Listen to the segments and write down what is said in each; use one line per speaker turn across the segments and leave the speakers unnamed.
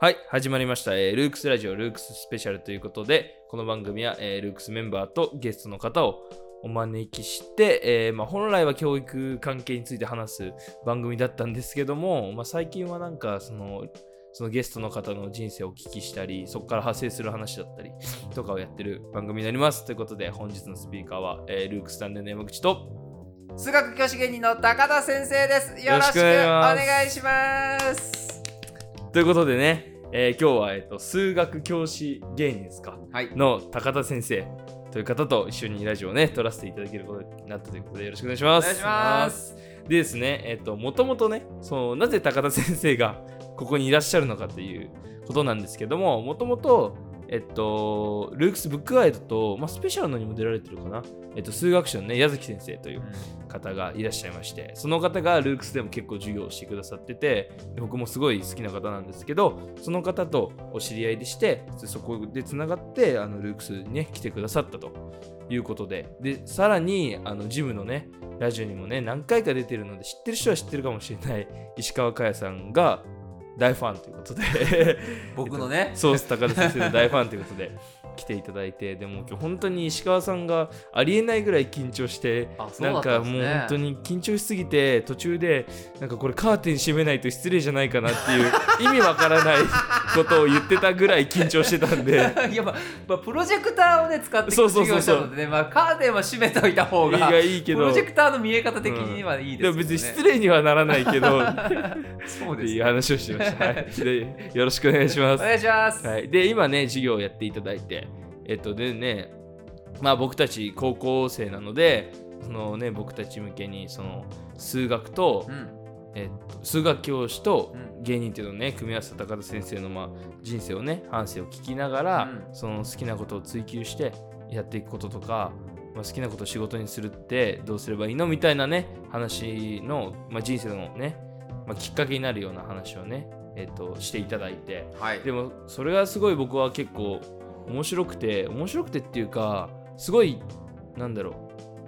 はい、始まりました、えールークスラジオ、ルークススペシャルということで、この番組は、えールークスメンバーとゲストの方をお招きして、えーまあ、本来は教育関係について話す番組だったんですけども、まあ、最近はなんかその、そのゲストの方の人生をお聞きしたり、そこから派生する話だったりとかをやってる番組になります。ということで、本日のスピーカーは、えールークスタンデの山口と、
数学教師芸人の高田先生ですよろしくお願いします
ということでね、えー今日は、えっと数学教師芸人ですか
はい
の高田先生という方と一緒にラジオをね撮らせていただけることになったということでよろしくお願いします。
お願いします
でですねえっ、ともともとねそのなぜ高田先生がここにいらっしゃるのかということなんですけどももともとえっと、ルークスブックガイドと、まあ、スペシャルのにも出られてるかな、えっと、数学者のね矢崎先生という方がいらっしゃいましてその方がルークスでも結構授業をしてくださっててで僕もすごい好きな方なんですけどその方とお知り合いでしてそこでつながってあのルークスにね来てくださったということででさらにあのジムのねラジオにもね何回か出てるので知ってる人は知ってるかもしれない石川佳也さんが大ファンということで
僕のね
ソース高田先生の大ファンということで来ていただいてでも今日本当に石川さんがありえないぐらい緊張して
あそう
な
だ
ん
った
か
んです
も
ね
う本当に緊張しすぎて途中でなんかこれカーテン閉めないと失礼じゃないかなっていう意味わからないことを言ってたぐらい緊張してたん で
いやまあ、まあ、プロジェクターをね使って
そうそう
授
そうそう
業したのでねまあカーテンは閉めておいた方
い
が
いがいいけ
プ
ど
ロジェクターの見え方的にはいい
で
で
も
すけどね、
別に失礼にはならないけど
そう
って
です
い
ね
う話をしてました、はい、でよろしくお願いしま
お
す
願いします、
はい、で今ね授業をやっていただいてえっとでねまあ僕たち高校生なのでそのね僕たち向けにその数学と
う、ん
えっと、数学教師と
うん
芸人っていうのをね組み合わせた高田先生の、まあ、人生をね反省を聞きながら、
う
その好きなことを追求してやっていくこととか、まあ、好きなことを仕事にするってどうすればいいのみたいなね話の、まあ、人生のね、まあ、きっかけになるような話をね、えっと、していただいて。
はい
でもそれがすごい僕は結構面白くて面白くてっていうかすごいなんだろう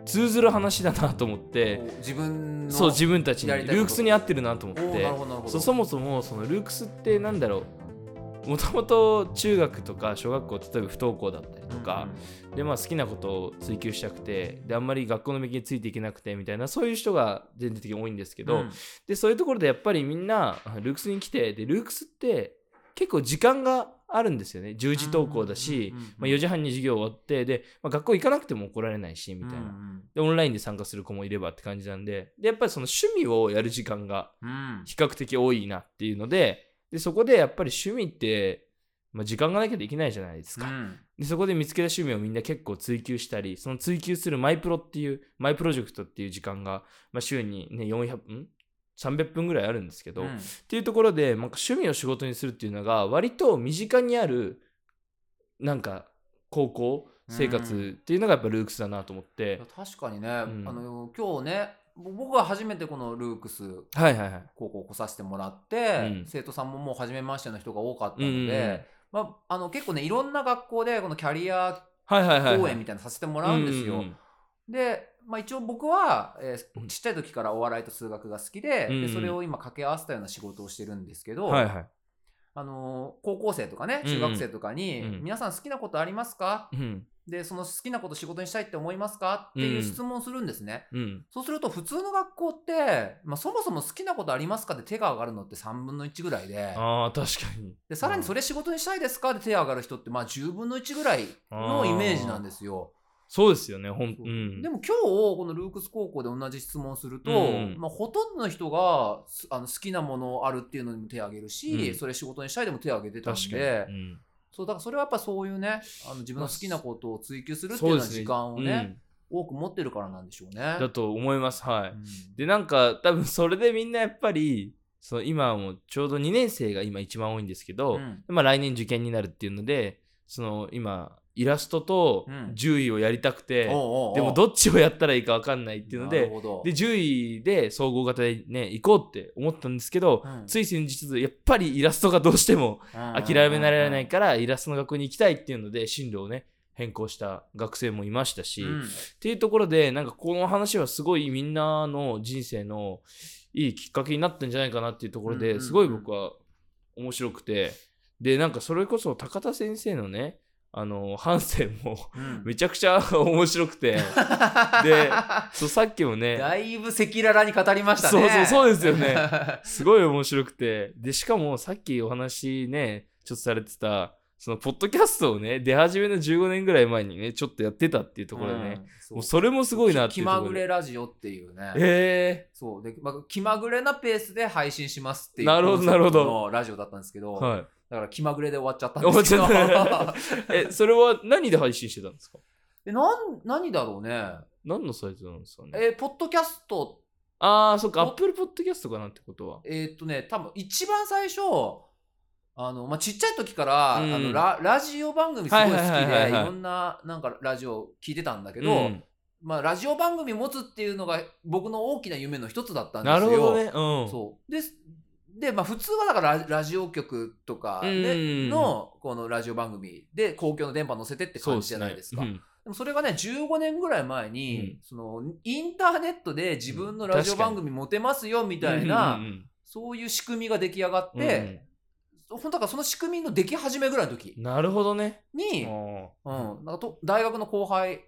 通ずる話だなと思って
こう自分の
そう自分たちに
やりたいこと
ルークスに合ってるなと思っ
おーな
て
るほどなるほ
そ
ど
うそもそもそのルークスってなんだろうもともと中学とか小学校例えば不登校だったりとか、でまあ、好きなことを追求したくてであんまり学校の勉強についていけなくてみたいなそういう人が全体的に多いんですけ
け
ど、でそういうところでやっぱりみんなあルークスに来てでルークスって結構時間があるんですよね10時登校だし、まあ、4時半に授業終わってで、まあ、学校行かなくても怒られないしみたいな、でオンラインで参加する子もいればって感じなんででやっぱりその趣味をやる時間が
うん
比較的多いなっていうのででそこでやっぱり趣味って、まあ、時間がなきゃできないじゃないですか、
うん
でそこで見つけた趣味をみんな結構追求したりその追求するマイプロっていうマイプロジェクトっていう時間が、まあ、週にね400ん300分ぐらいあるんですけど、
う
っ
ん
ていうところでなんか趣味を仕事にするっていうのが割と身近にあるなんか高校生活っていうのがやっぱルークスだなと思っ
い
て
や、確かにね、
ん
あの今日ねぼ僕は初めてこのルークス
はいはいはい
高校来させてもらって、
うん
生徒さんももう初めましての人が多かっ
う
たの
ん
で、
うんうん
まあ、あの結構ねいろんな学校でこのキャリア
はいはいはい
講
はい
演みたいなのさせてもらうんですよ。
ううん
で、まあ、一応僕は、えー
うん
ちっちゃい時からお笑いと数学が好きで,、
うんう
で
ん
それを今掛け合わせたような仕事をしてるんですけど、
うんはいはい
あのー高校生とかね
うんうん
中学生とかに、
うん
皆さん好きなことありますか
うん
でその好きなこと仕事にしたいって思いますかっていう質問をするんですね。
うん
そうすると普通の学校って、まあ、そもそも好きなことありますかって手が上がるのって3分の1ぐらいで
あー確かに
でさらにそ
れ
れ仕事にしたいですかって手が上がる人ってまあ10分の1ぐらいのイメージなんですよ。
そうですよねほん
そううんでも今日このルークス高校で同じ質問すると、
うん
まあ、ほとんどの人がすあの好きなものあるっていうのにも手を挙げる
う
し、
ん
それ仕事にしたいでも手を挙げてたん
確かに、
で、
うん
そうだからそれはやっぱそういうねあの自分の好きなことを追求するっていうような時間をね、多く持ってるからなんでしょうね。
うんだと思いますはい
うん
でなんか多分それでみんなやっぱりその今はもうちょうど2年生が今一番多いんですけど、
うん
まあ、来年受験になるっていうのでその今イラストと
うん
獣医をやりたくて、
おうおうおう
でもどっちをやったらいいか分かんないっていうの
な
で
るほど
で獣医で総合型でね行こうって思ったんですけど、
うん
つい先日やっぱりイラストがどうしても諦められないからイラストの学校に行きたいっていうので進路をね変更した学生もいましたし、
うん
っていうところでなんかこの話はすごいみんなの人生のいいきっかけになったんじゃないかなっていうところで、
うんうんうん
すごい僕は面白くてでなんかそれこそ高田先生のねあの反省も
うん
めちゃくちゃ面白く てでそうさっきもね
だいぶ赤裸々に語りましたね。
そうそうそうですよねすごい面白くてでしかもさっきお話ねちょっとされてたそのポッドキャストをね出始めの15年ぐらい前にねちょっとやってたっていうところでね、
うんそう
もうそれもすごいなって
気
いうと
ま
こ
ぐ
ろで
れラジオっていうね。
え
そうで、まあ、気まぐれなペースで配信しますっていう
なるほどなるほど
コンセプトのラジオだったんですけど、
ーはい、
だから気まぐれで終わっちゃったんですけど
終わっちゃ っえそれは何で配信してたんですか
えなん何だろうね
何のサイトなんですかね
えーポッドキャスト
ああそっかア
ポ
ップルポッドキャストかなってことは
えーっとね多分一番最初あの、まあ、ちっちゃい時から、
うん
あのララジオ番組すごい好きで、
はい
い
はいはいはい
ろんななんかラジオ聞いてたんだけど、
うん
まあ、ラジオ番組持つっていうのが僕の大きな夢の一つだったんです
な
よ。
るほどねうん
そうですで、まあ、普通はだからララジオ局とかで
うん
のこのラジオ番組で公共の電波乗せてって感じじゃないですか。で
そうね
もそれがね15年ぐらい前に、
うん
そのインターネットで自分のラジオ番組持てますよみ
うん
たい
うんう
なんそういう仕組みが出来上がっ
うんうん
て、ほんとだからその仕組みの出来始めぐらいの時
なるほどね
に、
あ
う
ー
ん、なんかと大学の後輩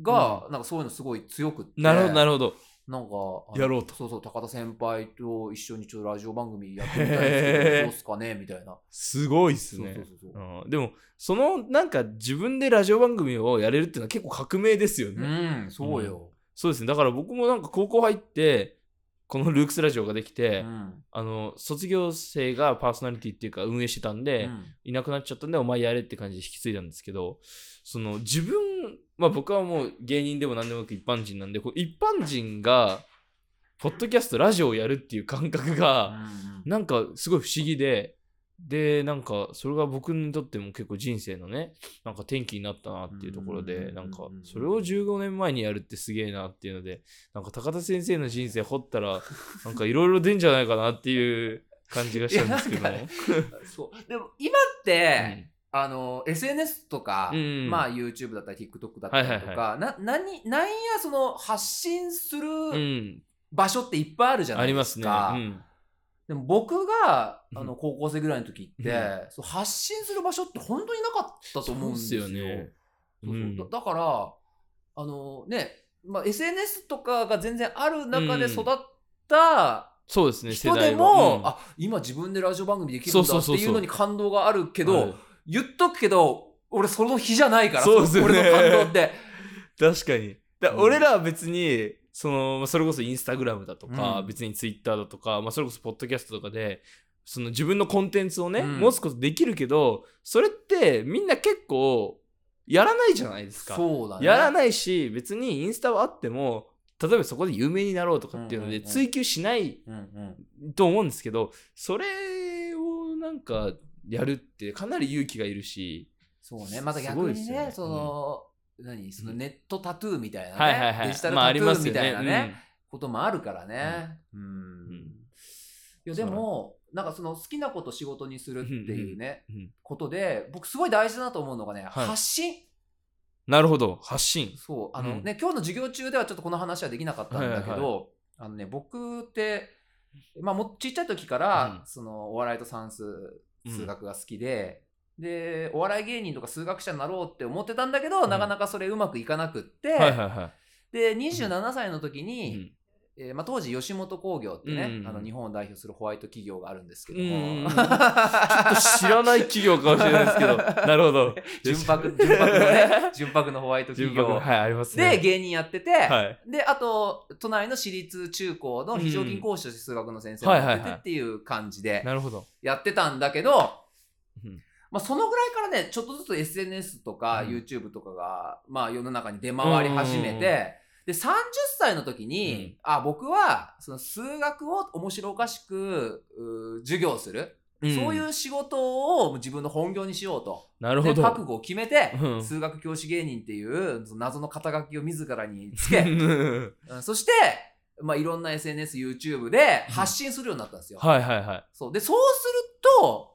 が、なんかそういうのすごい強くって
なるほどな
る
るほど
なんかあの
やろうと
そうそう、高田先輩と一緒にちょっとラジオ番組やってみたいんですけ
へー
ど、どうっすかねみたいな。
すごいっす
そうそう
ね
そうそう。
うんでもそのなんか自分でラジオ番組をやれるっていうのは結構革命ですよね、
うん、そうよ。
そうですねだから僕もなんか高校入ってこのルークスラジオができ
う
て、
ん。
あの卒業生がパーソナリティっていうか運営してたんで、
うん
いなくなっちゃったんでお前やれって感じで引き継いだんですけどその自分まあ僕はもう芸人でも何でもなく一般人なんでこう一般人がポッドキャストラジオをやるっていう感覚がなんかすごい不思議ででなんかそれが僕にとっても結構人生のねなんか転機になったなっていうところ
うんうんうん
で
うん
なんかそれを15年前にやるってすげえなっていうのでなんか高田先生の人生掘ったら なんかいろいろ出んじゃないかなっていう感じがしたんですけど
いやなんうんそう。でも今って、あの、SNS とか、
うん
まあ YouTube だったり TikTok だったりと
はい
か、な、なに、なんやその発信す
うん、う
る
ん、
場所っていっぱいあるじゃ
あ
な
り
いで
ます
す
ね、
か。
うん
でも僕が、
うん
あの、高校生ぐらいの時って、
う
そう発信する場所って本当になかったと思うんですよ。
そうっすよね
そうそう
うん
だだから、あのね、まあ、SNS とかが全然ある中で
うん
育った
そうですね
人
世
で
代
も、
はうん
あ今自分でラジオ番組できるんだ
そう
って
そうそうそう
いうのに感動があるけど、
はい
言っとくけど俺その日じゃないか ら
そうですよね
俺の感動って。
確かにだ
うん
俺らは別にそのそれこそインスタグラムだとか、
うん
別にツイッターだとか、まあ、それこそポッドキャストとかでその自分のコンテンツをね、
うん
持つことできるけどそれってみんな結構やらないじゃないですか、
そうだね
やらないし別にインスタはあっても例えばそこで有名になろうとかっていうの
うんう
で
んうん
追求しない
うんうん
と思うんですけどそれをなんかやるってかなり勇気がいるし
そうね、また
すご
逆
いで
に
すよ
ね、
ね
その、何、そのネットタトゥーみたいなね、
はいはいはい
デジタル
まああ
タト
り
ゥ
ま
ー
す
み
よ
たいなね、
うん
こともあるからね。うん。
うん
いや、でも、なんかその好きなこと仕事にするっていうね、
うんうんうん
ことで、僕すごい大事だなと思うのがね、
はい
発信。
なるほど発信
そう、あ
う
の
ん
ね、今日の授業中ではちょっとこの話はできなかったんだけ
はいはい
ど、あのね、僕って、まあ、もうちっちゃい時から、
うん
そのお笑いと算数数学が好きで、でお笑い芸人とか数学者になろうって思ってたんだけど、
ん
なかなかそれうまくいかなくって、
はいはいは
で27歳の時
い、
に、えーまあ、当時吉本興業ってね、
うん
あの日本を代表するホワイト企業があるんですけど
うん うんう
も、
んちょっと知らない企業かもしれないですけど、なるほど。
純白純白のね 純白のホワイト
純
企
白の
業
はい、あります
で
ね。
芸人やってて、
はい。
であと都内の私立中高の非常勤講師として数学の先生を
うん
やっ
はいはい
てて
はい
っていう感じで
なるほど。
やってたんだけど、
うん
まあ、そのぐらいからねちょっとずつ SNS とか
うん
YouTube とかが、まあ、世の中に出回り始めて、で30歳の時に、あ僕はその数学を面白おかしくうー授業する、そうい
ん。
う仕事を自分の本業にしようと。
なるほ
で
ど。
覚悟を決めて、
うん
数学教師芸人っていうその謎の肩書きを自らにつけうんそして、まあ、いろんな SNSYouTube で発信するようになったんですよ。
はいはいは
そうでそうすると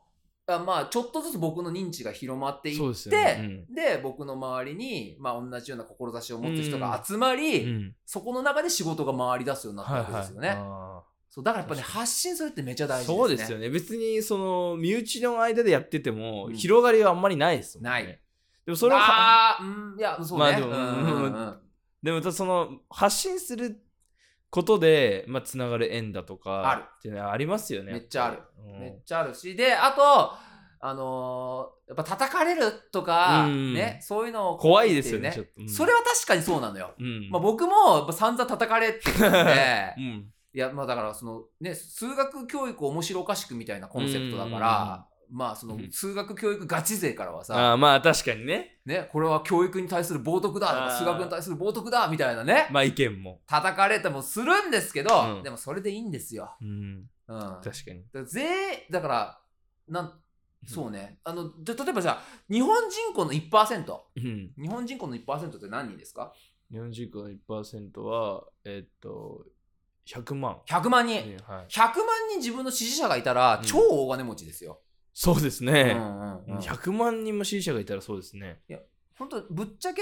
あまあちょっとずつ僕の認知が広まってい
い。
っ
そうです
て
よ
で,、
ね。
僕の周りに、まあ、同じような志を持つ人が集ま
う
り、
んうん
そこの中で仕事が回り出すようになった
はい
わけ
は
で
い
すよね。
あ
そうだからやっぱね発信するってめちゃ大事ですね
そうですよね別にその身内の間でやってても
うん
広がりはあんまりないですもんね、
ない
でもそれをは
あーうんいやそうね、
まあでも
うんうんうん
でもその発信することでまあつながる縁だとか
ある
っていうのはありますよね
めっちゃある、
うん
めっちゃあるしであとあのーやっぱ叩かれるとか、
うん
ねそういうのを
怖いですよね
っていう
ちょっとうん
それは確かにそうなのよ、
うん
まあ、僕もやっぱ散々叩かれてるの で
うん
いやまあだからそのね数学教育面白おかしくみたいなコンセプトだから、まあその
うん
数学教育ガチ勢からはさ、
あーまあ確かにね
ね、これは教育に対する冒涜だと
あー
か数学に対する冒涜だみたいなね
まあ意見も、
叩かれたりもするんですけど、
うん
でもそれでいいんですよ。
うん、
うん、だか
確かに
らぜだからなんそうねあのじゃ例えばじゃあ日本人口の1%
うん
日本人口の1%って何人ですか
日本人口の1%はえっと100万、
?100 万
う
人。
んはい、
100万人自分の支持者がいたら
うん
超大金持ちですよ。
そうです
うんう
ね、
んうん
100万人も支持者がいたらそうですね
本当ぶっちゃけ、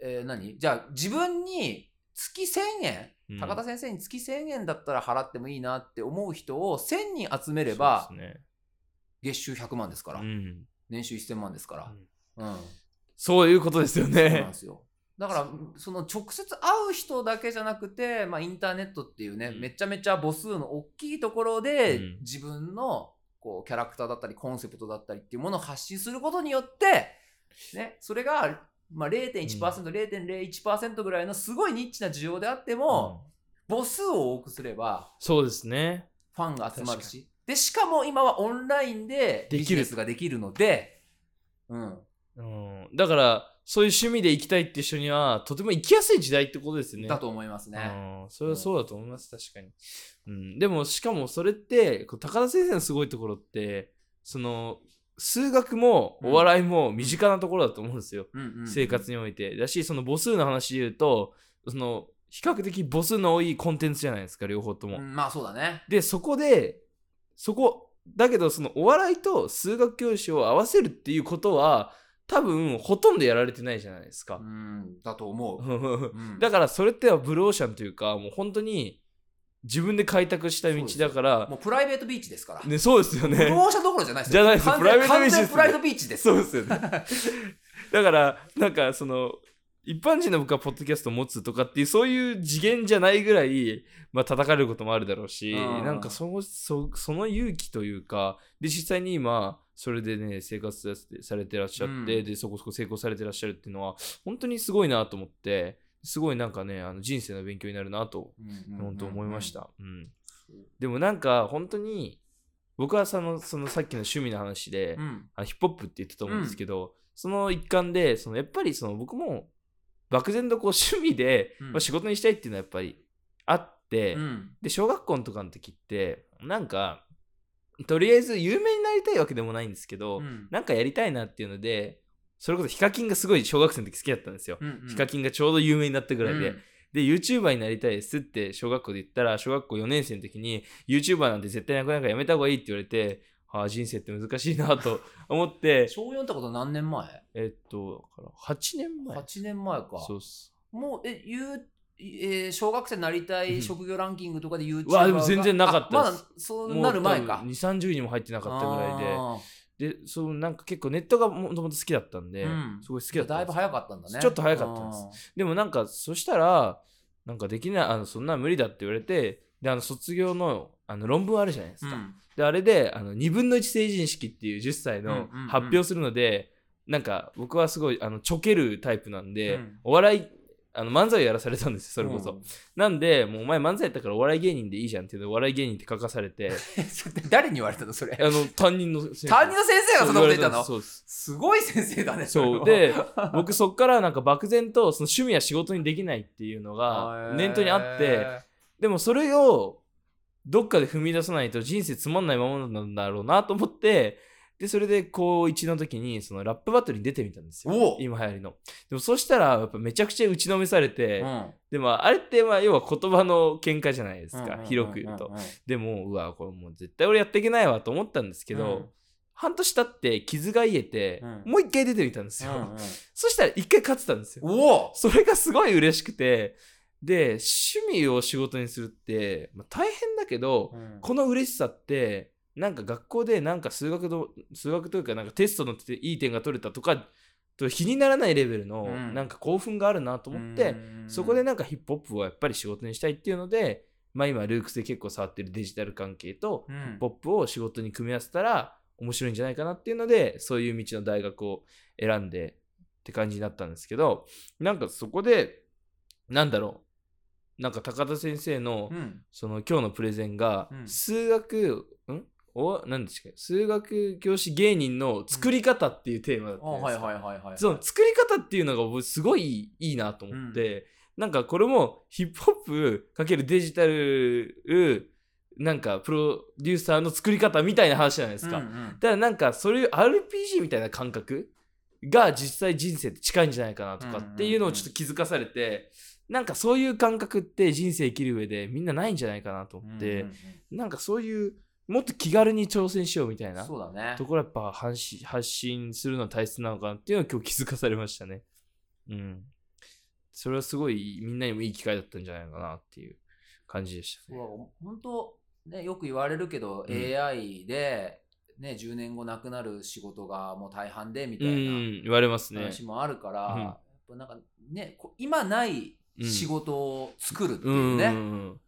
えー何じゃあ自分に月1000円、
うん
高田先生に月1000円だったら払ってもいいなって思う人を1000人集めれば、
そうですね
月収100万ですから、
うん
年収1000万ですから、うん
そういうことですよ
そうなん
ね
ですよだからその直接会う人だけじゃなくて、まあ、インターネットっていうね、
うん
めちゃめちゃ母数の大きいところで、
うん
自分のこうキャラクターだったりコンセプトだったりっていうものを発信することによって、ね、それが、まあ、0.1%、0.01%ぐらいのすごいニッチな需要であっても、
うん
母数を多くすれば
そうですね
ファンが集まるしでしかも今はオンラインで
できる
ビジネスができるので、うん、
うん、だからそういう趣味で行きたいって人にはとても行きやすい時代ってことですよね。
だと思いますね。
うん、それはそうだと思います、確かに、うん。でもしかもそれってこう高田先生のすごいところってその数学もお笑いも身近なところだと思うんですよ、
うんうん
生活において。だしその母数の話で言うとその比較的母数の多いコンテンツじゃないですか両方とも。
うん、まあそうだね。
でそこでそこだけどそのお笑いと数学教師を合わせるっていうことは多分ほとんどやられてないじゃないですか
う、ん、だと思う。 うん
だからそれってはブルーオーシャンというかもう本当に自分で開拓した道だから
もうプライベートビーチですから。
ね、そうですよ
不
ね
動車どころじゃないです
じゃ
よ。
ないです
完
プライベ
全
ートビーチです
完全プライベートビーチです。
そうですよねだからなんかその一般人の僕はポッドキャストを持つとかっていうそういう次元じゃないぐらい、まあ叩かれることもあるだろうし、
うん
なんかそのそその勇気というかで実際に今それでね生活させてされてらっしゃって、
うん
でそこそこ成功されてらっしゃるっていうのは本当にすごいなと思ってすごいなんかねあの人生の勉強になるなと
うん
本当思いまし。
うん
た、うんでもなんか本当に僕はそのそのさっきの趣味の話で、
うんうん
あのヒップホップって言ったと思うんですけど、その一環でそのやっぱりその僕も漠然とこう趣味で、
うん
まあ、仕事にしたいっていうのはやっぱりあって、
うん
で小学校のとかの時ってなんかとりあえず有名になりたいわけでもないんですけど、
うん
なんかやりたいなっていうのでそれこそヒカキンがすごい小学生の時好きだったんですよ、
うんうん
ヒカキンがちょうど有名になったぐらいで、
うん
で YouTuber になりたいですって小学校で言ったら小学校4年生の時に YouTuber なんて絶対なくなるからやめた方がいいって言われてああ人生って難しいなと思 って
小4ってこと何年前
えっとだから8年前
?8 年前か。
そうっす
もう、え、ゆう、えー小学生になりたい職業ランキングとかで YouTube
うわでも全然なかった
ま
で
だ
す
そうなる前か。
2 3 0にも入ってなかったぐら
あー
いででそのなんか結構ネットがもともと好きだったんで、
うん
すごい好きだったん
だい
です
ぶ早かったんだね。
ちょっと早かったん
す。
でもなんかそしたらなんかできないあのそんな無理だって言われてであの卒業のあの論文あるじゃないですか、であれであの2分の1成人式っていう10歳の
うんうんうん
発表するので、なんか僕はすごいあのちょけるタイプなんで、
うん
お笑いあの漫才をやらされたんですよそれこそ、
うん。
なんでもうお前漫才やったからお笑い芸人でいいじゃんって言うのお笑い芸人って書かされ て
それ誰に言われたのそれ
あ。の担任の先生
担任の先生がそんなこと言ったの
そう言われんです
すごい先生だね。れ
そう
は
そうで僕そっからなんか漠然とその趣味や仕事にできないっていうの
へ
が
ー
念頭にあってでもそれをどっかで踏み出さないと人生つまんないままなんだろうなと思ってでそれで高1の時にそのラップバトルに出てみたんですよ
おお、
今流行りのでもそしたらやっぱめちゃくちゃ打ちのめされて、
うん
でもあれってまあ要は言葉の喧嘩じゃないですか、
うん
広く言うと、
んんん
でもうわこれもう絶対俺やっていけないわと思ったんですけど、
うん
半年経って傷が癒えて、
うん
もう一回出てみたんですよ、
うんうん
そしたら一回勝ってたんですよ
おお
それがすごい嬉しくて、で趣味を仕事にするって、まあ、大変だけど、
うん
この嬉しさってなんか学校でなんか数学の数学というかなんかテストのていい点が取れたとかと比にならないレベルの
うん
なんか興奮があるなと思って、、そこでなんかヒップホップをやっぱり仕事にしたいっていうので、まあ、今ルークスで結構触ってるデジタル関係と
うん、
ヒップホップを仕事に組み合わせたら面白いんじゃないかなっていうのでそういう道の大学を選んでって感じになったんですけどなんかそこでなんだろうなんか高田先生の、
うん
その今日のプレゼンが、
うん
数学んお何でしたっけ数学教師芸人の作り方っていうテーマだっ
あ
たんです
はい
よ
はいはいはい。
その作り方っていうのが僕すごいいいなと思って、なんかこれもヒップホップ×デジタルなんかプロデューサーの作り方みたいな話じゃないですか、
うんうん
ただなんかそういう RPG みたいな感覚が実際人生って近いんじゃないかなとかっていうのをちょっと気づかされて、なんかそういう感覚って人生生きる上でみんなないんじゃないかなと思って、
うんうん
なんかそういうもっと気軽に挑戦しようみたい
うん
な
そうだね
と。ころやっぱ発信発信するのは大切なのかなっていうのを今日気づかされましたね。うん。それはすごいみんなにもいい機会だったんじゃないかなっていう感じでしたね。
そう本当、ね、よく言われるけど、
うん
AI で、ね、10年後なくなる仕事がもう大半でみた
う
い
ん、言われます
な
ね。
話もあるから、
うん
やっぱなんかね、こ今ない
うん
仕事を作るって
う
いうんね、
うん。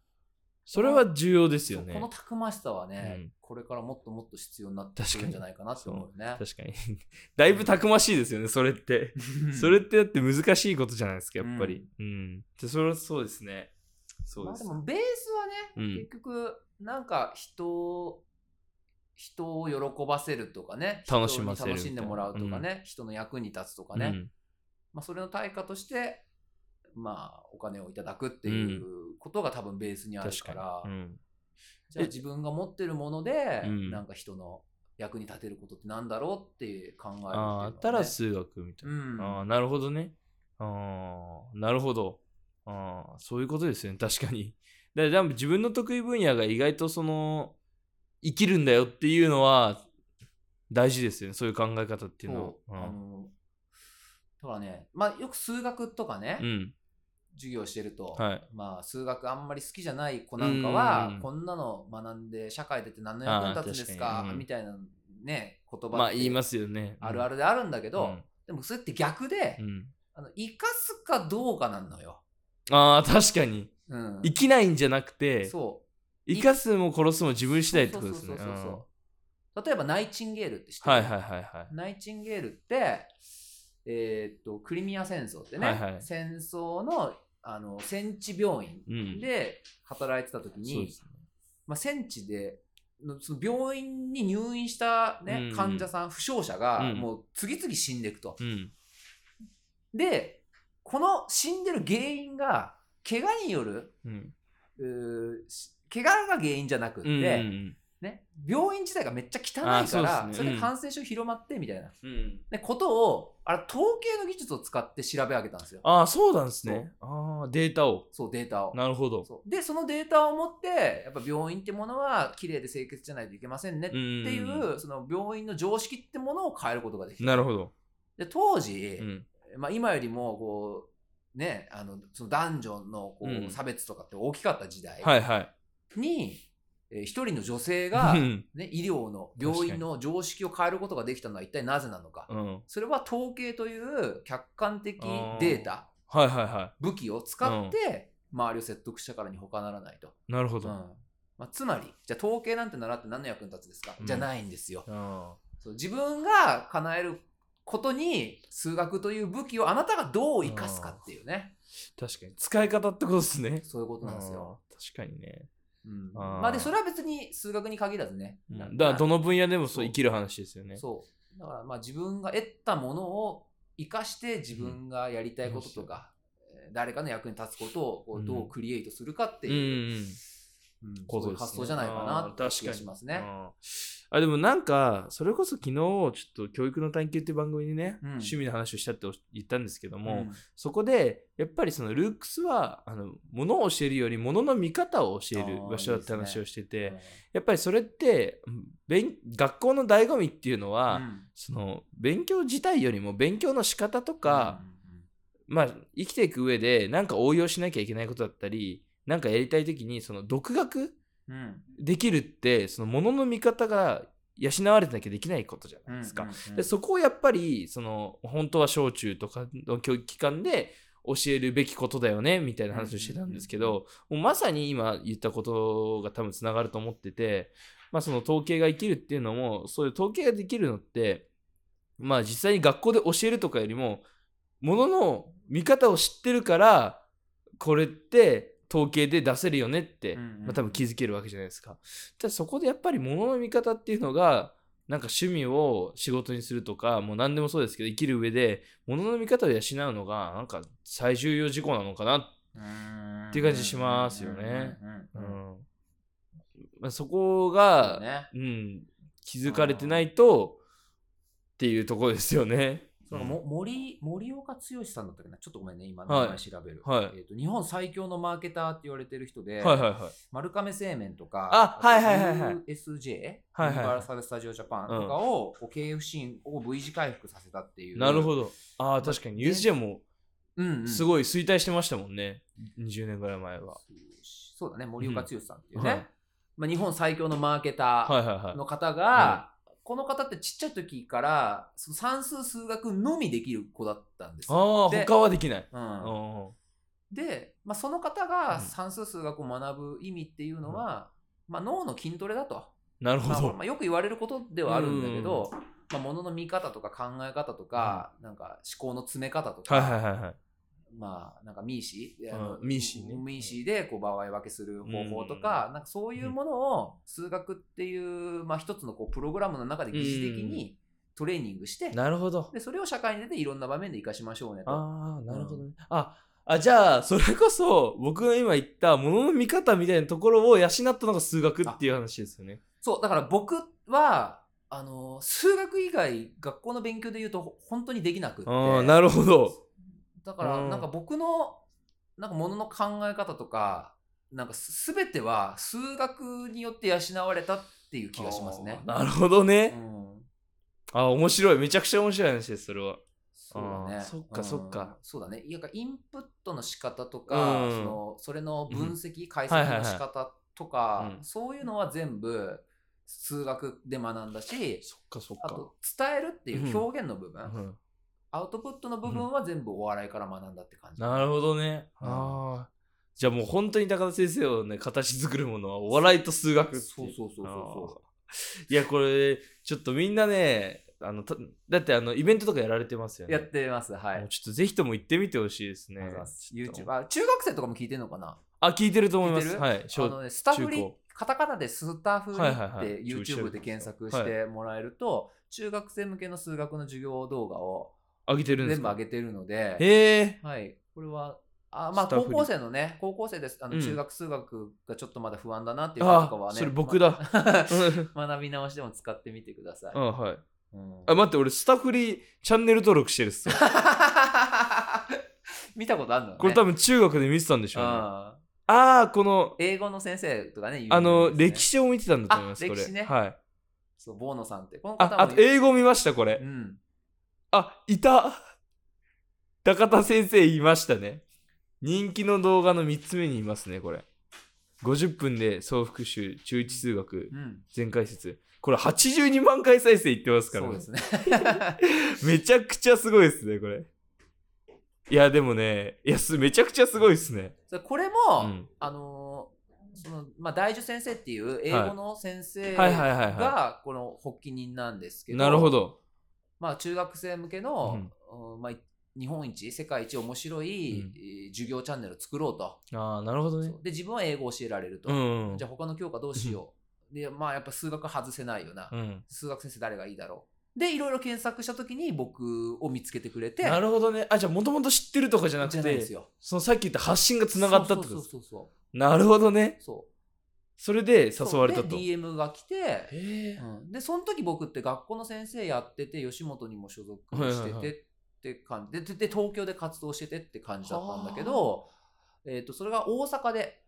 それは重要ですよね
そうこ。のたくましさはね、
うん
これからもっともっと必要になってくるんじゃないかなって思うよね。
確かに。 だいぶたくましいですよね、それって。 それってだって難しいことじゃないですか、やっぱり。うん。でそれはそうですね。そう
まあ
です
で。もベースはね、
うん
結局なんか人を人を喜ばせるとかね
楽しませる
人に楽しんでもらうとかね、人の役に立つとかね、
うん
まあ、それの対価としてまあお金をいただくっていううことが多分ベースにある
確
か、
からに。うん
じゃあ
え
自分が持ってるもので、
うん
なんか人の役に立てることってなんだろうって考えるっていうのは
あ
ね
あ、たら数学みたいな。
うん
ああ、なるほどね。ああ、なるほど。ああ、そういうことですよね、確かに。だから多分自分の得意分野が意外とその、生きるんだよっていうのは、大事ですよね、そういう考え方っていうの
そうあ
は。
のだからね、まあ、よく数学とかね、
うん。うん
授業してると、
はい。
まあ、数学あんまり好きじゃない子なんかは、
うんうん
こんなの学んで社会出て何の役に立つんですか
あー確かにうん
みたいなね言葉って
まあ、言いますよね。
あるあ
る
るであるんだけ
け
ど、でもそれって逆で、
うん。
あの生かすかどうかなのよ。
ああ、確かに。
うん、
生きないんじゃなくて、
そう
生かすも殺すも自分次第ってことです
そう
ね。
そうそうそうそう例えばナイチンゲールって知って
うん
る
はいはいはいはい。
ナイチンゲールって、えーっとクリミア戦争ってね、
はいはい
戦争のあの戦地病
うん
院で働いてた時
そう
に
で、すね
まあ、戦地でのその病院に入院した、ね
うん
患者さん負傷者が
うん
もう次々死んでいくと、
うん。
でこの死んでる原因が怪我による
うん。
うーし怪我が原因じゃなくって、
うんうん
ね、病院自体がめっちゃ汚
あ
い
そう
か
です
ら
ね
そ,、
うん
れで感染症広まってみたいな、
うん。うん
ね、ことをあれ統計の技術を使って調べ上げたんですよ
ああ、そうなんですね。ああ、データを。
そうデータを。
なるほど。
そうでそのデータを持ってやっぱ病院ってものは綺麗で清潔じゃないといけませんねっ
うんうん
っていうその病院の常識ってものを変えることができた
なるほど。
で当時、
うん。
まあ、今よりもこうねあのその男女のこう、
うん
差別とかって大きかった時代
はいはい。
に、えー一人の女性が
う、ん
ね、医療の病院の常識を変えることができたのは一体なぜなのか、
うん。
それは統計という客観的データ
はいはいは
武器を使って周りを説得したからに他ならないと、
い。なるほ
うん
ど。
まあ、つまりじゃあ統計なんて習って何の役に立つですか、
うん
じゃないんですよ
あ
そう自分が叶えることに数学という武器をあなたがどう生かすかっていうね
ー確かに。使い方ってことですね。
そういうことなんですよ。
あー。確かにね。
うん、
あー
まあでそれは別に数学に限らずね。
うん
な
だから、どの分野でも
そ
そうう生きる話ですよね。
そうだからまあ自分が得たものを生かして自分がやりたいこととか、えー誰かの役に立つことをこ
う
うんどうクリエイトするかって
うんう
い
ん。
う、うん
こ
そ
と
うい
ですね
う発想じゃないかなって
あー
気がしますね。
あーあでもなんかそれこそ昨日ちょっと「教育の探求」っていう番組にね、
うん
趣味の話をしたってお言ったんですけども、
うん
そこでやっぱりそのルークスはあの物を教えるより物の見方を教える場所だって
あーいいで
話
すね
をしててやっぱりそれってうん勉学校の醍醐味っていうのは、
うん
その勉強自体よりも勉強の仕方とか、
うん
まあ、生きていく上でなんか応用しなきゃいけないことだったりなんかやりたい時にその独学
うん
できるってそのものの見方が養われてなきゃできないことじゃないですか。でそこをやっぱりその本当は小中とかの教育機関で教えるべきことだよねみたいな話をしてたんですけど、もうまさに今言ったことが多分つながると思ってて、まあ、その統計が生きるっていうのもそういう統計ができるのって、まあ、実際に学校で教えるとかよりもものの見方を知ってるからこれって統計で出せるよねって、
うんうん
まあ、多分気づけるわけじゃないですか。ただそこでやっぱりものの見方っていうのがなんか趣味を仕事にするとかもう何でもそうですけど生きる上でものの見方を養うのがなんか最重要事項なのかな、
っ
っていう感じしますよね。
う
うん
うんうんうん
んまあ、そこ
そう
が、
ね
うん、気づかれてないとっていうところですよね。
そう
うん
も森森岡剛さんだったっけなちょっとごめんね今名
はい
前調べる、
はい
えーと日本最強のマーケターって言われてる人で、
はいはいはい。
丸亀製麺とか
あはいはいはいはい
USJ ユ
はいはい
ニバーサル・スタジオ・ジャパンとかを、こう経営不振を V 字回復させたっていう
なるほ
ど、
ど。ああ、確かに USJ も
うんうん、
すごい衰退してましたもんね。20年ぐらい前は。
そうだね森岡剛さんっていう
うん
ね、
はい
まあ、日本最強のマーケタ
はい
ー
はいはい。
の方が、
は
この方ってちっちゃい時からその算数数学のみできる子だったんです
あ
よ、
あ、
で
他はできない。
うん
うん
で、まあ、その方
うん
が算数数学を学ぶ意味っていうのは、まあ、脳の筋トレだと、
なるほ
まあ
ど。
まあ、よく言われることではあるんだけど、まあ、ものの見方とか考え方とか,、なんか思考の詰め方とか、
はいはいはいはい。
まあ、なんかミーシー、あの
ミーシーね
ミーシーでこう場合分けする方法とか、なんかそういうものを数学っていう、まあ、一つのこうプログラムの中で疑似的にトレーニングして、
なるほ ど。
でそれを社会に出ていろんな場面で活かしましょうねと。
ああ、なるほどね。ああじゃあそれこそ僕の今言ったものの見方みたいなところを養ったのが数学っていう話ですよね。
そう、だから僕は、あの、数学以外、学校の勉強で言うと、ほ本当にできなくって。
ああなるほど。
だから、
うん
なんか僕の、なんかものの考え方とか、なんかすべては数学によって養われたっていう気がしますね。
あーなるほどね。
うん。
ああ面白いめちゃくちゃ面白い話ですそれは。
そうだ
あー
ね。
そっかそっか
うん。そうだね。いや、インプットの仕方とか、
うん
その、それの分析、解
はいはい
析
はい
の仕方とか、
うん
そういうのは全部、数学で学んだし、
そっかそっ
あ
か。
と伝えるっていう表現の部分、
うん
アウトプットの部分は全部お笑いから学んだって感じ、
なるほどね。
うん
ああ。じゃあもう本当に高田先生をね、形作るものはお笑いと数学ってい
そうそうそうそうそ
あーいや、これ、ちょっとみんなね、あのただってあのイベントとかやられてますよね。
やってますはい、
もうちょっとぜひとも行ってみてほしいですね。
ありがとうございます
ちょっ
YouTube
と
あ中学生とかも聞いてるのかな
あ、聞いてると思いま
聞い
す。
てる
はい。
あ
小
の、ね、スタフ
中
リ
高
カタカナでスタフリ
はいはい
っ
はい
て YouTube で検索
は
し
い
てもらえると中学生向けの数学の授業動画を
上げてるん
全
で
部
す
上
か
げてるので、
へえ。
はい、これはあまあ
スタフ
高
リ
校生のね高校生ですあ
う
の
ん
中学数学がちょっとまだ不安だなっていう方とか
あ
は
あ、
ね
それ僕だ。う
ま
ん
学び直しでも使ってみてください、
あはい。
うん
あ、待って、俺、スタフリーチャンネル登録してるっすよ。
見たことあるのね。
これ多分中学で見てたんでしょうね。あ
ああ
あー、この、
英語の先生とかね、
あの、
有名で
歴
すね
史を見てたんだと思います、
あ
これ。
歴史ね
はい。
そう、ボーノさんって。この
あ、
方も
あと英語見ました、これ
う。ん。
あ、いた高田先生いましたね。人気の動画の3つ目にいますね、これ。50分で総復習、中1数学、
うん。
全解説。これ82万回再生いってますから
そう
ね
で。すね。
めちゃくちゃすごいですね、これ。いや、でもね、いや、すめちゃくちゃすごいですね。
そうこれも、
うん
あのーその、まあ、大樹先生っていう英語の先生
はいはいはいは
が、この発起人なんですけ
い。
ど、
なるほ。ど。
まあ、中学生向けの、うんまあ、日本一、世界一面白い、
うん
えー授業チャンネルを作ろうと。
ああ、なるほどね
そ。うで、自分は英語を教えられると。
うん。
じゃあ他の教科どうしよう。で、まあやっぱ数学外せないよな。
うん。
数学先生誰がいいだろう。で、いろいろ検索したときに僕を見つけてくれて、
なるほどね。あ、じゃあ、もともと知ってるとかじゃな
じ
く
ゃない
て
で、すよ。
そのさっき言った発信がつながったってこと
そう
です
そうそう
なるほどね。
そうそう。
それで
そう
誘われた
で
と。へ
DM が来て、
え。
うんで、その時僕って学校の先生やってて、吉本にも所属して
はいはいはい
てって感じで、でで東京で活動しててって感じだったんだけど、えっ、と、それが大阪で、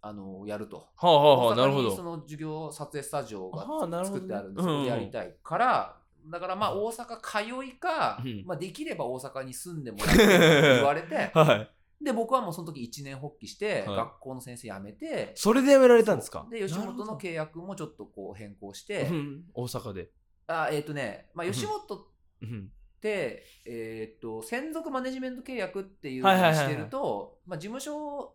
あのやると。
はあはあはあ、
大
なるほ
阪にそ
ど。
の授業撮影スタジオが
あーなるほどね
作ってあるんですよ
うんうん
やりたいから、だからまあ大阪通いか、
うん
まあ、できれば大阪に住んでもらってって言われて
はい。
で僕はもうその時一年発起して、
はい
学校の先生辞めて
それでやめられたんですか
で吉本の
経
契約もちょっとこう変更し
営
て、
大阪で。
あえっ、とね、まあ、
うん
吉本っ
うん
て、えっ、と専属マネジメント契約っていうの
はいはいは
を
いはい
してると、まあ、事務所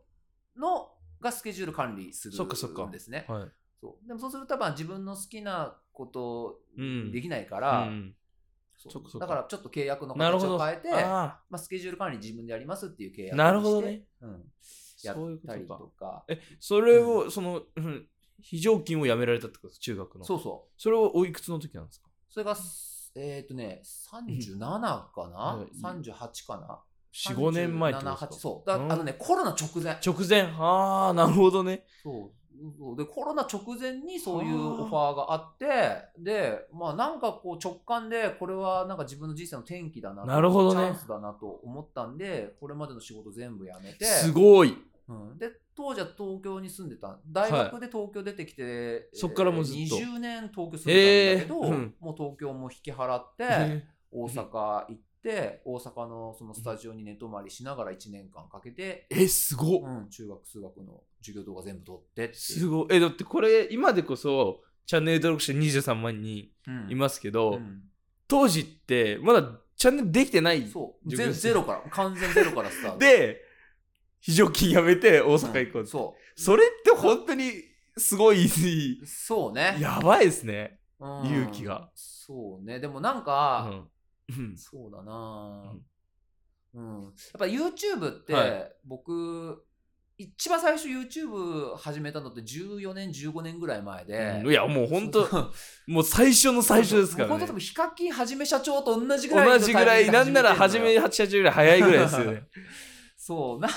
のがスケジュール管理す
そっかそっか
るんですね。
はい。
そうでもそうするとまあ自分の好きなこと
うん
できないか
う
ら、
ん
そう
そっかそっか
だからちょっと契約の
なる
形
ほ
を
ど。
変えて、
あ
まあ、スケジュール管理自分でやりますっていう契
あ
約
なるほど
にし
ね
て。。うん、や
そういう
ったり
こと
と
か。
か
え、それを、その、うん非常勤をやめられたってことです中学の。
そうそう
それをおいくつの時なんですか
それがえっ、とね37か
う
な、
ん
38かな
?4、5年前ってこと
38
ですか
そうだ、
うん
あのねコロナ直前
直前。ああ、なるほどね。
そうそうでコロナ直前にそういうオファーがあってでまあなんかこう直感でこれはなんか自分の人生の転機だな
なるほどね
チャンスだなと思ったんでこれまでの仕事全部やめて
すごい。
うん、で当時は東京に住んでた大学で東京出てきて、
そっからもうずっと
20年東京住んでたんだけど、
へーうん
もう東京も引き払って、
へ
大阪行って大阪のそのスタジオに寝泊まりしながら1年間かけて、
え、すごっ
うん、中学数学の授業動画全部撮ってって
す
い、
ごい。え、だってこれ、今でこそ、チャンネル登録者23万人
うん
いますけど、
うん
当時って、まだチャンネルできてない。
そう
自
ゼ
分
ロゼロから完全ゼロからスタート
で、非常勤やめて大
うん
阪行こうって、
そ
それって本当にすごい、
うそうね
やばいですね。
うん
勇気が
そうねでもなんか、
うん。
そうだなぁ、うんやっぱ YouTube って、
はい
僕一番最初 YouTube 始めたのって14年15年ぐらい前で、
うんいや、もう本当、
そう
もう最初の最初ですから
もう本
ね
当多。分ヒカキンはじめ社長と同じぐらいの
同じぐらい、な
タイ
ん
ミン
な
グで
ら
始
初
めてんのよ
め8、8より早いぐらいですよね。
そうなん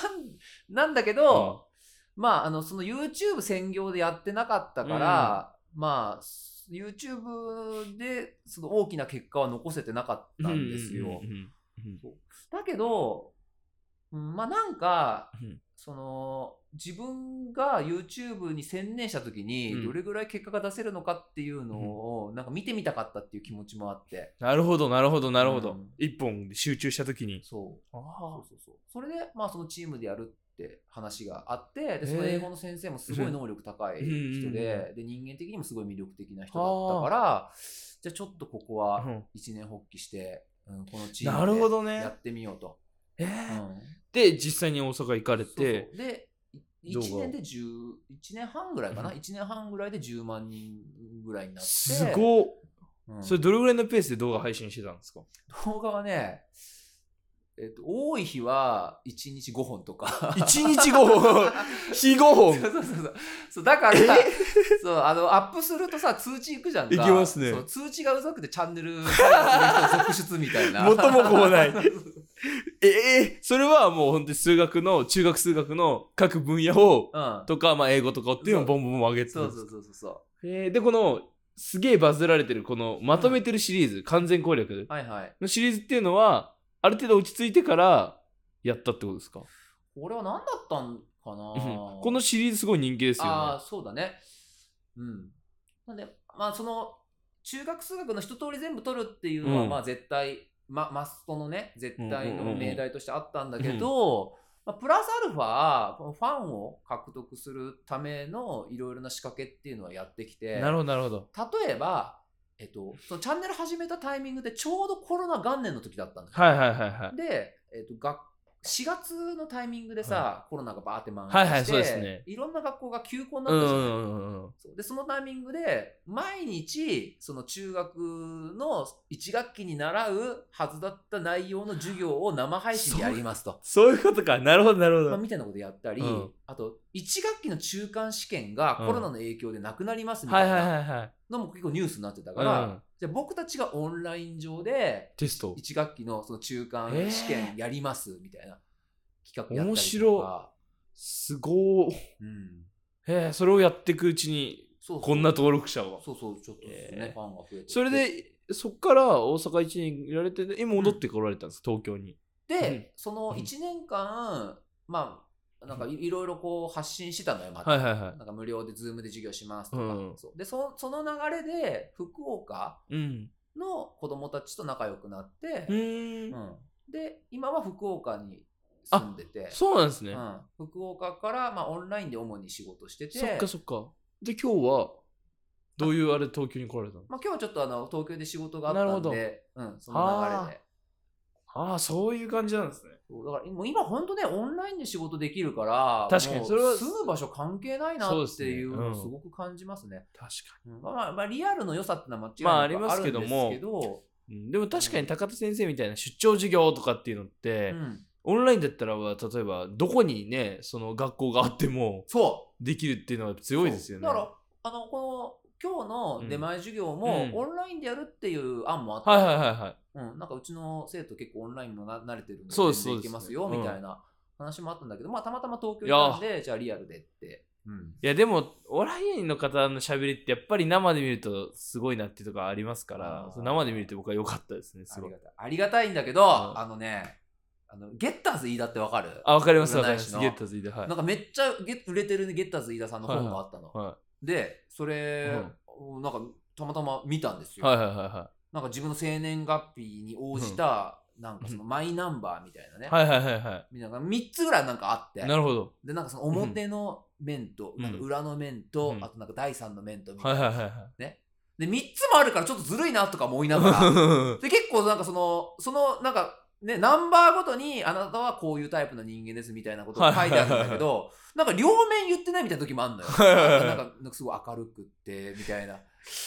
なんだけど、まああのその YouTube 専業でやってなかったから、まあ YouTube でその大きな結果は残せてなかったんですよ、
うんうんうん
だけど、うんまあなんか、
うん
その自分が YouTube に専念した時
う
に
ん
どれぐらい結果が出せるのかっていうのを、なんか見てみたかったっていう気持ちもあって
なるほど、なるほど、なるほ
う
ど
ん。
一本で集中したときに。
そうそ
あ
うそうそうそれで、まあ、そのチームでやるって話があって
へー
でその英語の先生もすごい能力高い人
うんうんうん
でで人間的にもすごい魅力的な人だったからじゃあちょっとここ
あ。
は
うん
一年発起して、うん、このチ
なるほ
ーム
ど
でや
ね
っ。てみようと。
え
う
ー
ん
で、実際に大阪行かれ
そう
て、
そうでい
動画を
1年で10 1年半ぐらいかな、
うん
1年半ぐらいで10万人ぐらいになって
すごっ
うん
それどれぐらいのペースで動画配信してたんですか
動画はね、えっと、多い日は1日5本とか
一日5本日5本
そうそうそうそうそうだから そうあのアップするとさ通知いくじゃんか
いきますね
そう通知がうざくてチャンネル登録する人続出みたいな
元も子もない
そうそうそう
ええそれはもう本当に数学の、中学数学の各分野を、
うん
とか、まあ英語とかっていうのをボンボン上げてたん
そう
です
そうそうそうそ
えーで、この、すげえバズられてる、この、まとめてるシリーズ、完全攻略
うはいはい
のシリーズっていうのは、ある程度落ち着いてから、やったってことですか、
これは何だったんかな
うん このシリーズすごい人気ですよね。
ああそうだねうんなんでまあその中学数学の一通り全部取るっていうのは、
うん
まあ絶対まマストのね絶対
うんうんうん
の
うん
命題としてあったんだけど、まあ、プラスアルファこのファンを獲得するためのいろいろな仕掛けっていうのはやってきて
なるほど、なるほど。
例えば、えっと、そのチャンネル始めたタイミングでちょうどコロナ元年の時だったんだよ
はいはいはいはい。
で、えっと学4月のタイミングでさ、コロナがバーって蔓延して、
はいはいそうですね
いろんな学校が休校にな
う
っ
ん
たじゃ
う
ない
んうんうん。
そうでそのタイミングで毎日その中学の1学期に習うはずだった内容の授業を生配信でやりますと。
そういうことか。なるほど、なるほ
まあ、
ど。
みたいなことやったり、
うん
あと1学期の中間試験がコロナの影響でなくなりますみ
は
たい
いはい
な
はいはい。
のも結構ニュースになってたから、
うん
じゃあ僕たちがオンライン上で
テスト。
1学期のその中間試験やりますみたいな企画やったりとか、
面白すごー。
うん、
へえ、それをやっていくうちに、
そうそう
こんな登録者は。
そうそうちょっとですね、
えー
ファンが増えてって
それで、そっから大阪一年いられて、今戻ってこられたんです、東京に。
で、
うん
その
うん
1年間、まあなんかいいろいろこう発信してたのよまた、
はいはいは
なんか無料でズームで授業しますとか、
うん
そうでそその流れで福岡
い。うん。
の子供たちと仲良くなって、
うーん、
うんで今は福岡に住んでて、
そうなんですね、
うん、福岡から、まあ、オンラインで主に仕事してて
そっかそっかで今日はどういうあれ東京に来られたの
まあ、今日はちょっとあの東京で仕事があったんで、うん、その流れで。
ああそういう感じなんですね
そうだからもう今本当ねオンラインで仕事できるから
確かに
もう
それは
住む場所関係ないな
そうで
っ
す
て
ね
いう
う
のを
ん
すごく感じますね。
確か
うんまあまあまあリアルの良さってのは間違い
まああり
なく
ま
あ
す
るん
け
です
ども
けど、
にでも確かに高田先生みたいな出張授業とかっていうのって、
うん
オンラインだったらは例えばどこにねその学校があっても
そう
できるっていうのは強いですよね
だからあのこの今日の出前授業
う
も
ん
オンラインでやるっていう案もあって、
はいはいはいはい
うん、なんかうちの生徒結構オンラインもな慣れてるんで
そうです
全然いけますよ
そうです
みたいな話もあったんだけど、まあたまたま東京行ったんでじゃあリアルでって。うん
いやでもお笑い芸人の方の喋りってやっぱり生で見るとすごいなっていうとこありますか
あ
ら
ー
それ生で見ると僕は良かったですねす
あ
ご
り
い
がたいありがたいんだけど、
ん
あのねあのゲッターズ飯田ってわかる
あわかりますわかりま
占い師
す
の
ゲッターズいではい
なんかめっちゃゲ売れてる、ね、ゲッターズ飯田さんの本があったの、
は
でそれ、なんかたまたま見たんです
い
よ、
はいはいは
なんか自分の生年月日に応じた、なんかそのマイナンバーみたいなね、
いはいはいはいはいは
みたいなのが3つぐらいなんかあって
いなるほど
でなんかその表の面と、
うん
なんか裏の面と、
うん
あとなんか第三の面とみた
はいい
な、
はいはいはい
で3つもあるからちょっとずるいなとか思いながら で結構なんかそのそのなんかねナンバーごとにあなたはこういうタイプの人間ですみたいなことが書いてあるんだけどなんか両面言ってないみたいな時もあるのよ
はいはいはい
なんかなんかすごい明るくってみたいな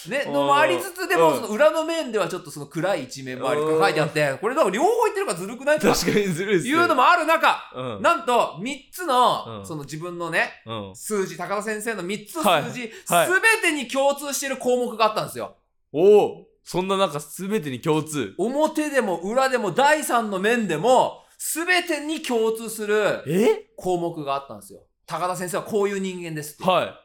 ね
おー
のもありつつでも
うん
その裏の面ではちょっとその暗い一面もありとか書いてあってこれなんか両方言ってるからずるくないとか
確かにずるいですね
いうのもある中
うん
なんと3つの、
うん
その自分のね
うん
数字高田先生の3つの数字、
はいは
全てに共通してる項目があったんですよ。
おおそんな中全てに共通
表でも裏でも第三の面でも全てに共通する
え
項目があったんですよ。高田先生はこういう人間ですって。っ
はい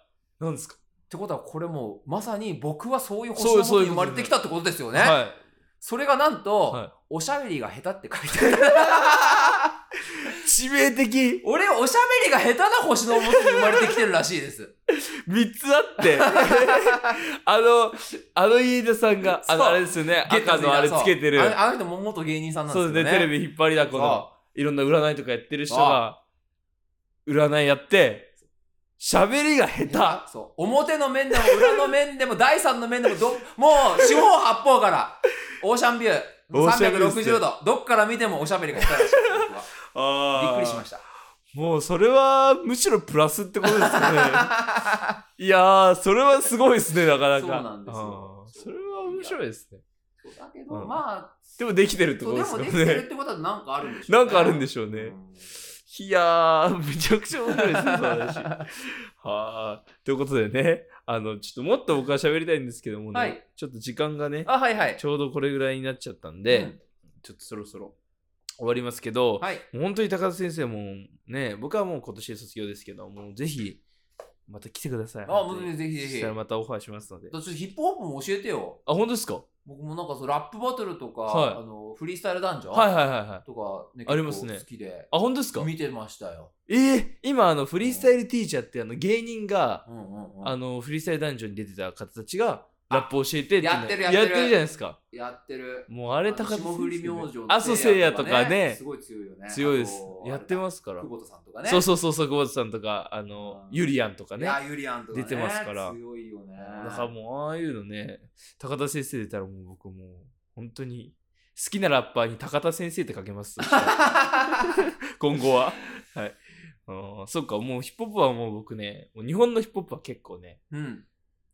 なんですか
てことはこれもうまさに僕はそういう星
そう
のも
そう
と
いう
に生まれてきたってことですよね。そ
は
れがなんと、
はい
おしゃべりが下手って書いてある。
い 致命的
俺おしゃべりが下手な星のもとに生まれてきてるらしいです。
3つあって あのあの飯田さんがあの
そう
あれですよね
ゲッター
赤
ズ
のあれつけてる
あのあの人も元芸人さんなんで
そ
す
う
け
で
ど
す
ね。
ねテレビ引っ張りだこの
そ
いろんな占いとかやってる人が占いやって喋りが下
うそう表の面でも裏の面でも第三の面でも どもう四方八方からオーシャンビュー
オーシャンビューっす
360度どっから見てもおしゃべりが下手らしい僕
手
は
あ
びっ
ー
くりしました
もうそれはむしろプラスってことですよね いやーそれはすごいですねなかなか
そうなんですよ
うんそれは面白いですね
そうだけど、
うん
まあ
でもできてるって
そ
こ
う
と
で
です
も
よ
で
ね
きてるってことは何かあるんでしょう
なんかあるんでしょうね、
うん
いやー、めちゃくちゃ面白いですね、その 話。はー。ということでね、あの、ちょっともっと僕は喋りたいんですけどもね、
はい
ちょっと時間がね、
あはいはい
ちょうどこれぐらいになっちゃったんで、ちょっとそろそろ終わりますけど、
うんはい
もう本当に高田先生もね、僕はもう今年で卒業ですけど、もうぜひ、また来てください。
あ
本当
もう
に
ぜひぜひ
したらまたオファーしますので。
ちょっとヒップホップも教えてよ
あ、本当ですか
僕もなんかそのラップバトルとか、
はい
あのフリースタイルダンジョン、
はいはいはいはい。
とか、ね、
ありますね
結構好きで
あ、本当ですか
見てましたよ、
えー、今、あの、フリースタイルティーチャーって、あの、芸人が、
うんうんうん、
あのフリースタイルダンジョンに出てた方たちがラップを教えてっていうの
やってるやってる
じゃないですか
やってる
もうあれ高
高
田
霜降り明星の
あそうせいやとかね
すごい強いよね
強いです
あと
やってますすから、
久保田さんとかね
そうそうそうそう久保田さんとかあの
うん
ゆりやんとかね
い
だ
やユリアンとかね
出てますから
強いよね
から もうああいうのね高田先生出たらもう僕もう本当に好きなラッパーに高田先生って書け ますそしたら今後ははいうんそっかもうヒップホップはもう僕ねもう日本のヒップホップは結構ね
うん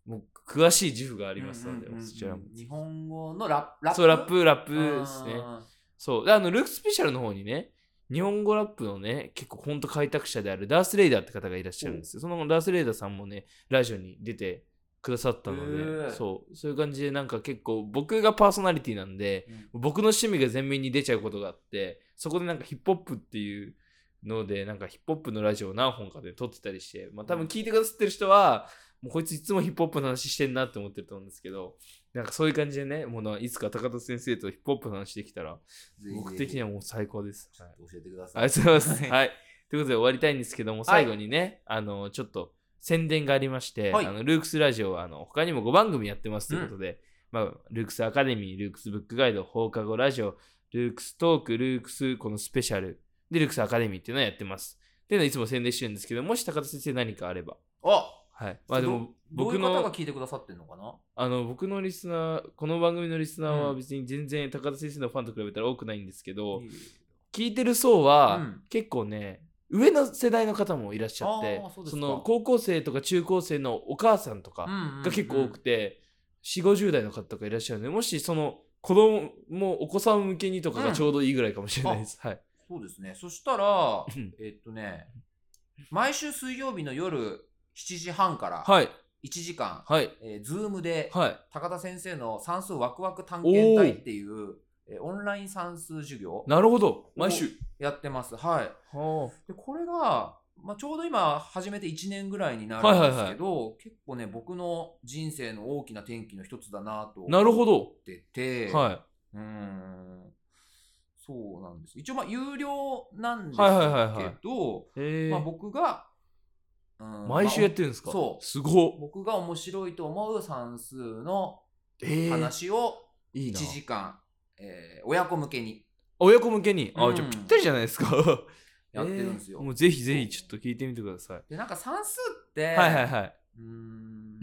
もう詳しい自負がありますので、
うんうんうんうん
そちらも
日本語のララップ
そうラップラップですね
あ
そう。であの、ルークスペシャルの方にね、日本語ラップのね、結構本当開拓者であるダース・レイダーって方がいらっしゃるんですよ。そのダース・レイダーさんもね、ラジオに出てくださったの
へえ
で、そう。そういう感じでなんか結構僕がパーソナリティなんで、
ーうん
僕の趣味が前面に出ちゃうことがあって、そこでなんかヒップホップっていうので、なんかヒップホップのラジオを何本かで撮ってたりして、まあ多分聞いてくださってる人は、もうこいついつもヒップホップの話してんなって思ってると思うんですけど、なんかそういう感じでね、もうないつか高田先生とヒップホップの話できたら、
ぜひぜひ
僕的にはもう最高です。はい、
教えてください
ありがとうございます。
は
はい。ということで終わりたいんですけども、最後にね、あの、ちょっと宣伝がありまして、
はい
あのルークスラジオはあの他にも5番組やってますということで、まあ、ルークスアカデミー、ルークスブックガイド、放課後ラジオ、ルークストーク、ルークスこのスペシャル、で、ルークスアカデミーっていうのをやってます。っていうのはいつも宣伝してるんですけど、もし高田先生何かあれば。
あ
はい。まあでも、
どうい
僕
う方が
の、
聞いてくださってるのかな
あの、僕のリスナー、この番組のリスナー
う
は
ん
別に全然高田先生のファンと比べたら多くないんですけど、
いえいえ
聞いてる層
う
は
ん
結構ね、上の世代の方もいらっしゃって
あーそうですか
その高校生とか中高生のお母さんとか
うんうんうん
が結構多くて、4 5 0代の方とかいらっしゃるのでもしその子供もお子さん向けにとかがちょうどいいぐらいかもしれないです、はい
そうですね。そしたら
ん、
えっとね、毎週水曜日の夜7時半から
はい
1時間、
はい
えー、ズームで
はい
高田先生の算数ワクワク探検隊っていう、えーオンライン算数授業
なるほど毎週
やってます。はい。
は
でこれが、まあ、ちょうど今始めて1年ぐらいになるんですけど、結構ね僕の人生の大きな転機の一つだなと
あなる
思
ほど
ってて
は
うーんそうなんです一応まあ有料なんですけど、
はいはいはいはいいえー
まあ、僕が、うん
毎週やっ
ま
てるんですか、
そう
すごっ
あ僕が面白いと思う算数の
えー
話を
いい
1
な
時間、えー親子向けに
親子向けにあ、
うん
じゃあぴったりじゃないですか
やってるんですよ
えーもうぜひぜひちょっと聞いてみてください、
でなんか算数って、
はいはいはいう
ー
うん
ん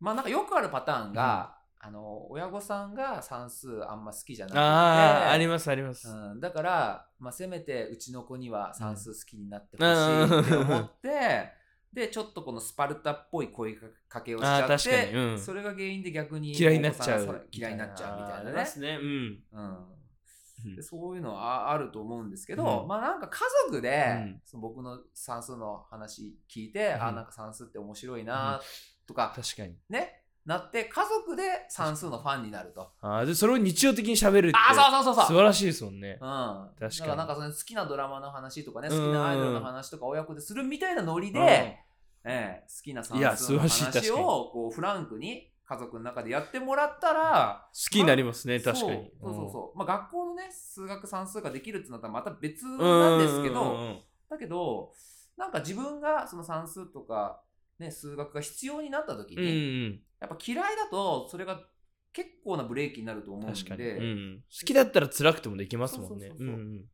まあなんかよくあるパターンが、あの親御さんが算数あんま好きじゃなくて
ああ、ありますあります。
うん、だから、まあ、せめてうちの子には算数好きになってほ
うん
しいって思って、でちょっとこのスパルタっぽい声かけをしち
あ
ゃ
ー
っ
確か
て、
にうん
それが原因で逆に
嫌いになっちゃ
お子さんが
う
さ。嫌いになっちゃうみたいな
ありま
ね
すね。うん。
うん、でそういうのはああると思うんですけど、
うん
まあなんか家族で、
うん
その僕の算数の話聞いて、
うん
あなんか算数って面白いなとか、
確かに。
ね、なって家族で算数のファンになると。
ああ、で、それを日常的に喋るって。
ああ、そうそうそう
素
そう。
晴らしいですもんね
う。ん、
確かに
だらなんかその好きなドラマの話とかね
う
好
ん
きなアイドルの話とか親子でするみたいなノリで、
うん
ええ好きな算
いや素
数
晴
の
らしい確かに
話をこうフランクに家族の中でやってもらったら、
好きになりますね、
そう
確かに。
そうそうそう、まあ、学校のね数学算数ができるってなったらまた別
う
なんです
うん
け
うん
ど
うんうん
だけどなんか自分がその算数とか、ね、数学が必要になった時
う
に、
んうん。
やっぱ嫌いだとそれが結構なブレーキになると思うんで
確かに。うんうん好きだったら辛くてもできますもんね
そ。
う
うそ
ん
う
う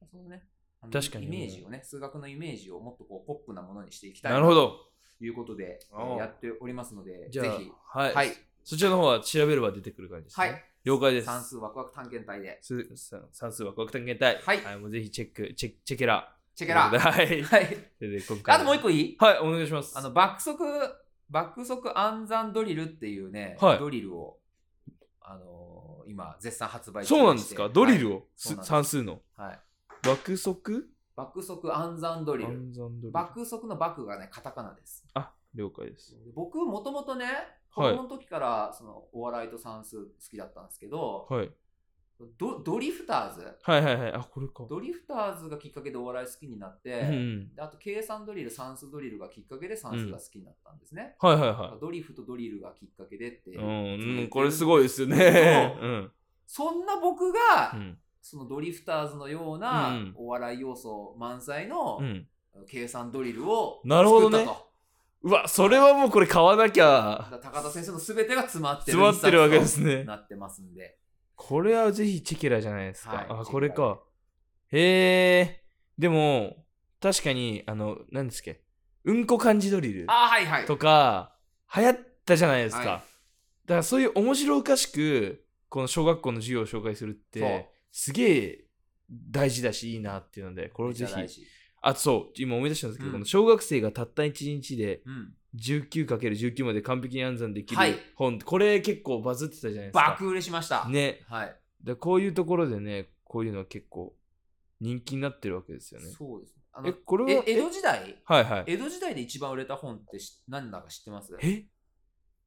そうそうんそのねあの
確かに
イメージをね数学のイメージをもっとこうポップなものにしていきたい
なるほ
と
ど。
いうことで、え
お
ー
う
やっておりますので
じ
ぜ
ゃ
ひ
あ、はい。
はい
そちらの方は調べれば出てくる感じです
は
ね。
い
了解です。
算数ワクワク探検隊です
算算数ワクワク探検隊。
はい
もうぜひチェック、チェチェケラ。
チェケラ
はい。
はい
それで今回
あともう一個いい
はい、お願いします。
あの爆速爆速暗算ドリルっていうね、
はい
ドリルをあのー今絶賛発売中
そうなんですかドリル
を、
を、す
そうなんです
算数の。
はいはい
爆速
爆速暗算ドリル
暗算ドリル。
爆速の爆がねカタカナです
あ、了解です。
僕もともとね子
はい
供の時からそのお笑いと算数好きだったんですけど、
はい。
ドドリフターズ
はいはいはい。あ、これか。
ドリフターズがきっかけでお笑い好きになって、
うん。
であと計算ドリル算数ドリルがきっかけで算数が好きになったんですね、
はいはいは
ドリフとドリルがきっかけでって
い。うん、うんこれすごいですよね。
そう
うん。
そんな僕が、
うん。
そのドリフターズのような
うん
お笑い要素満載の
うん。
計算ドリルを
なるほどね
作ったと
うわ、それはもうこれ買わなきゃ、
だから高田先生の全てが詰まってる
詰まってるわけです
一冊
ね
と。なってますんで
これはぜひチェケラじゃないですか。
はい
あ、
チェケラ
これか。へえ。でも、確かに、あの、何ですっけ。うんこ漢字ドリル。
あはいはい
とか流行ったじゃないですか、
はい
だからそういう面白おかしくこの小学校の授業を紹介するってすげえ大事だしいいなっていうのでこれをぜ
めっちゃ大
ひ
事
あとそう今思い出したんですけど、
うん
この小学生がたった1日で
うん、
19×19 まで完璧に暗算できる
はい
本、これ結構バズってたじゃないですか
爆売れしました、
ね
はい
でこういうところでねこういうのは結構人気になってるわけですよね
そうですねあの
えこれ
え
は
江戸時代
はいはい
江戸時代で一番売れた本ってし何だか知ってます
え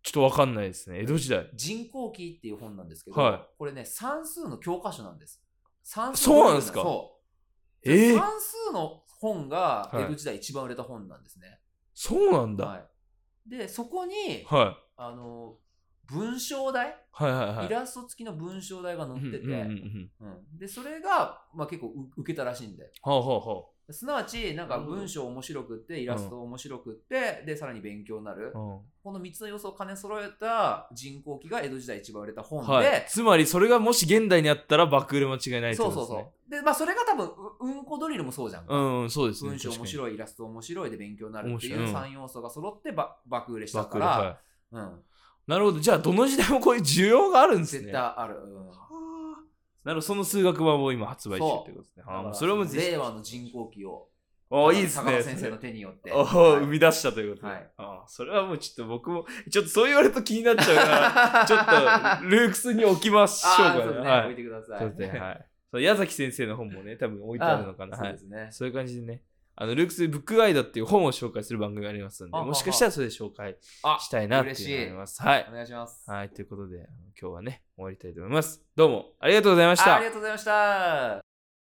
ちょっとわかんないですね江戸時代
人工記っていう本なんですけど、
は
これね算数の教科書なんです算数
そうなんですか
そ
え
う
ー、
算数の本が江戸時代一番売れた本なんですね、
そうなんだ、
はい、でそこに
はい
あの文章題、
はいはいはい。
イラスト付きの文章題が載ってて、
うんうんうんうん
うんでそれが、まあ、結構う受けたらしいんで
ほうほうほ
すなわち、なんか文章面白くって、イラスト面白くって、で、さらに勉強になる。
うん
この3つの要素を兼ね揃えた人工機が江戸時代一番売れた本で、
はい、つまりそれがもし現代にあったら爆売れ間違いないって
そ
こ
う
と
そ
です
う
ね
そう。で、まあ、それが多分、ううんこドリルもそうじゃん。
うんうんそうですね
文章面
い
白い、イラスト面白いで勉強になるってい
面白
う
いうん
3要素が揃ってば爆売れした
爆売
か
れ、
ら、
は
うん、
い、なるほどじゃあどの時代もこういう需要があるんですね
絶対ある。うん
なるほどその数学版を今発売中ってことですねあーもうそれもぜひ
令和の人工機を、
おーいいです
坂
ね
田先生の手によって。
おー
はい
生み出したということで、
はい
あーそれはもうちょっと僕もちょっとそう言われると気になっちゃう からちょっとルークスに置きましょう
あ
か
ー
ね
そうですね、
は
置い
い
てください。
そうですねはいそう矢崎先生の本もね多分置いてあるのかな
あ
は
そう
い
ですね。
そういう感じでね、あのルークス・ブックガイドっていう本を紹介する番組がありますの
あ
で、
はは
もしかしたらそれで紹介
あ
したいなっていうのがあります。はい
お。願いします。
はい、ということで、あの今日はね、終わりたいと思います。どうもありがとうございまし
あ
た
あり。がとうございました。